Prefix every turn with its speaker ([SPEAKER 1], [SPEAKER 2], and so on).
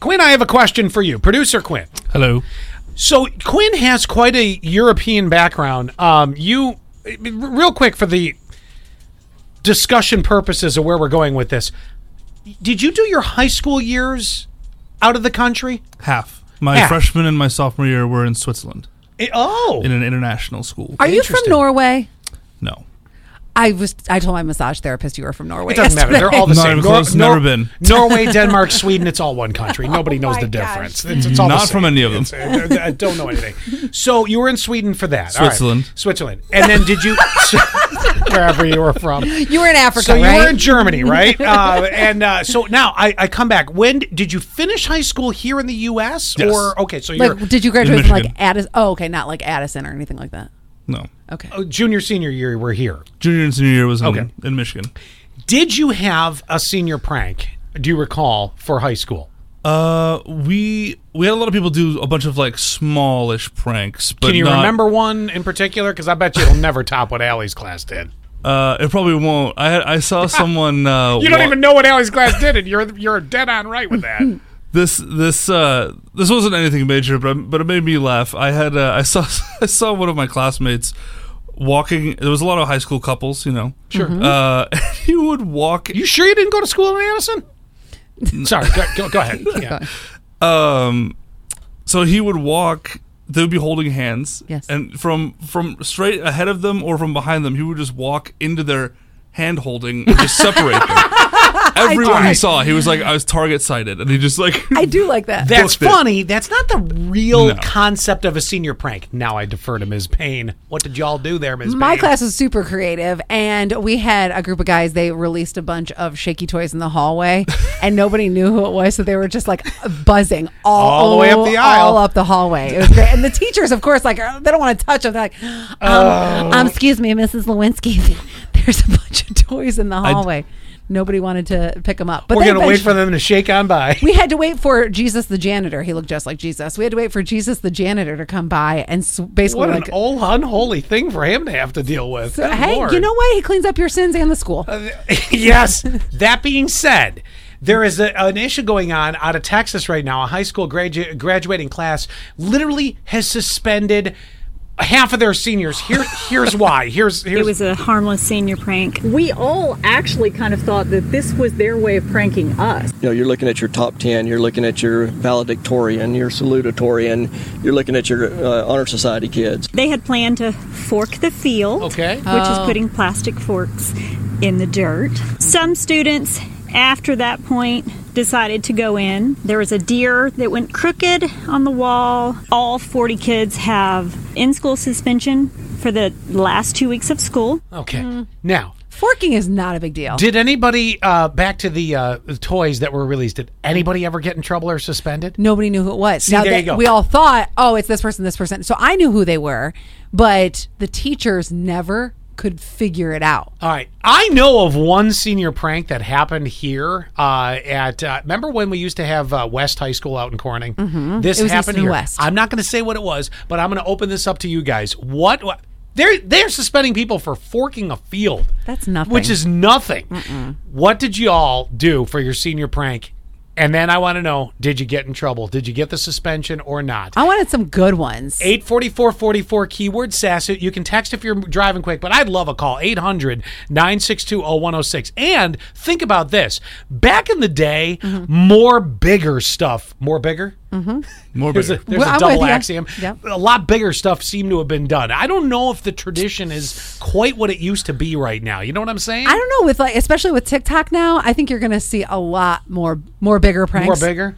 [SPEAKER 1] Quinn, I have a question for you, producer Quinn.
[SPEAKER 2] Hello.
[SPEAKER 1] So Quinn has quite a European background. Um, you, real quick for the discussion purposes of where we're going with this, did you do your high school years out of the country?
[SPEAKER 2] Half. My
[SPEAKER 1] Half.
[SPEAKER 2] freshman and my sophomore year were in Switzerland
[SPEAKER 3] Eh,
[SPEAKER 1] It- oh,
[SPEAKER 2] in an international school.
[SPEAKER 3] Are you from
[SPEAKER 1] Interesting.
[SPEAKER 3] Norway?
[SPEAKER 2] no.
[SPEAKER 3] I was. I told my massage therapist you were from Norway.
[SPEAKER 1] it doesn't matter. They're
[SPEAKER 3] yesterday.
[SPEAKER 1] all the
[SPEAKER 2] Not
[SPEAKER 1] same.
[SPEAKER 2] even close. Never been.
[SPEAKER 1] Norway, Denmark, Sweden. It's all one country. Nobody knows
[SPEAKER 3] Oh my
[SPEAKER 1] the
[SPEAKER 3] gosh.
[SPEAKER 1] difference. It's, it's all the
[SPEAKER 2] Not from
[SPEAKER 1] Oh, same.
[SPEAKER 2] any of them.
[SPEAKER 1] It's- I don't know anything. So you were in Sweden for that. All right.
[SPEAKER 2] Switzerland.
[SPEAKER 1] Switzerland. And then did you, wherever you were from,
[SPEAKER 3] You were in Africa,
[SPEAKER 1] So you
[SPEAKER 3] right?
[SPEAKER 1] were in Germany, right? uh, and uh, so now I, I come back. When did you finish high school here in the U.S.
[SPEAKER 2] Yes.
[SPEAKER 1] or okay? So you're
[SPEAKER 3] like, did you graduate from like
[SPEAKER 2] Michigan.
[SPEAKER 3] Addison? Oh, okay, not like Addison or anything like that.
[SPEAKER 2] No.
[SPEAKER 3] Okay.
[SPEAKER 1] uh, junior senior year you were here.
[SPEAKER 2] Junior and senior year was in,
[SPEAKER 1] Okay.
[SPEAKER 2] in Michigan.
[SPEAKER 1] Did you have a senior prank? Do you recall for high school?
[SPEAKER 2] Uh, we we had a lot of people do a bunch of like smallish pranks, but
[SPEAKER 1] Can you
[SPEAKER 2] not-
[SPEAKER 1] remember one in particular? Because I bet you it'll never top what Allie's class did.
[SPEAKER 2] Uh, it probably won't. I had, I saw someone. Uh,
[SPEAKER 1] You don't
[SPEAKER 2] wa-
[SPEAKER 1] even know what Allie's class did, and you're you're dead on right with that.
[SPEAKER 2] this this uh this wasn't anything major but but it made me laugh i had uh, i saw i saw one of my classmates walking there was a lot of high school couples you know sure uh and he would walk
[SPEAKER 1] You sure you didn't go to school in Addison? Sorry, go, go, go ahead. Yeah.
[SPEAKER 2] um so he would walk they would be holding hands
[SPEAKER 3] Yes.
[SPEAKER 2] and from from straight ahead of them or from behind them he would just walk into their hand holding and just separate them everyone he
[SPEAKER 1] Alright.
[SPEAKER 2] saw he was like i was target sighted and he just like
[SPEAKER 3] I do like that.
[SPEAKER 1] That's
[SPEAKER 2] booked it.
[SPEAKER 1] funny. That's not the real
[SPEAKER 2] No.
[SPEAKER 1] concept of a senior prank. Now I defer to Ms. Payne. What did y'all do there, Ms.
[SPEAKER 3] My
[SPEAKER 1] Payne?
[SPEAKER 3] class was super creative, and we had a group of guys. They released a bunch of shaky toys in the hallway, and nobody knew who it was, so they were just like buzzing all,
[SPEAKER 1] All the way up the aisle.
[SPEAKER 3] all up the hallway. It was great, and the teachers, of course, like uh, they don't want to touch them. They're like, um,
[SPEAKER 1] Oh.
[SPEAKER 3] um, "Excuse me, Mrs. Lewinsky, there's a bunch of toys in the hallway." nobody wanted to pick them up, but
[SPEAKER 1] We're
[SPEAKER 3] they
[SPEAKER 1] going to wait
[SPEAKER 3] eventually-
[SPEAKER 1] for them to shake on by.
[SPEAKER 3] we had to wait for Jesus the janitor. He looked just like Jesus. We had to wait for Jesus the janitor to come by and s- basically
[SPEAKER 1] What
[SPEAKER 3] like
[SPEAKER 1] an old, unholy thing for him to have to deal with. Good
[SPEAKER 3] hey,
[SPEAKER 1] Lord. Uh,
[SPEAKER 3] you know what? He cleans up your sins and the school.
[SPEAKER 1] yes. That being said, there is a, an issue going on out of Texas right now. A high school gradu- graduating class literally has suspended half of their seniors. Here, here's why. Here's here's
[SPEAKER 4] It was a harmless senior prank. We all actually kind of thought that this was their way of pranking us.
[SPEAKER 5] You know, you're looking at your top 10, you're looking at your valedictorian, your salutatorian, you're looking at your uh, honor society kids.
[SPEAKER 4] They had planned to fork the field,
[SPEAKER 1] Okay.
[SPEAKER 4] which is putting plastic forks in the dirt. Some students, after that point, decided to go in. There was a deer that went crooked on the wall. All 40 kids have in school suspension for the last two weeks of school.
[SPEAKER 1] okay. Now,
[SPEAKER 3] Forking is not a big deal.
[SPEAKER 1] Did anybody uh, back to the uh, toys that were released? Did anybody ever get in trouble or suspended?
[SPEAKER 3] Nobody knew who it was. now
[SPEAKER 1] there
[SPEAKER 3] that
[SPEAKER 1] you go.
[SPEAKER 3] we all thought, oh, it's this person, this person. So I knew who they were, but the teachers never could figure it out.
[SPEAKER 1] All right, I know of one senior prank that happened here uh, at. Uh, remember when we used to have uh, West High School out in Corning? Mm-hmm. This
[SPEAKER 3] It was
[SPEAKER 1] happened
[SPEAKER 3] Easton
[SPEAKER 1] here.
[SPEAKER 3] West.
[SPEAKER 1] I'm not going to say what it was, but I'm going to open this up to you guys. What? what they're they're suspending people for forking a field.
[SPEAKER 3] That's nothing.
[SPEAKER 1] Which is nothing. What did you all do for your senior prank? And then I want to know: Did you get in trouble? Did you get the suspension or not?
[SPEAKER 3] I wanted some good ones.
[SPEAKER 1] 844-44 keyword sassy. You can text if you're driving quick, but I'd love a call. 800-962-0106. And think about this. Back in the day,
[SPEAKER 3] Mm-hmm.
[SPEAKER 1] more bigger stuff. More bigger?
[SPEAKER 2] more
[SPEAKER 1] There's a,
[SPEAKER 2] bigger.
[SPEAKER 1] there's
[SPEAKER 3] Well,
[SPEAKER 1] a
[SPEAKER 3] I'm
[SPEAKER 1] double
[SPEAKER 3] with ya.
[SPEAKER 1] axiom.
[SPEAKER 3] Yep.
[SPEAKER 1] A lot bigger stuff seemed to have been done. I don't know if the tradition is quite what it used to be right now. You know what I'm saying?
[SPEAKER 3] I don't know with like, especially with TikTok now. I think you're going to see a lot more, more bigger pranks.
[SPEAKER 1] More bigger?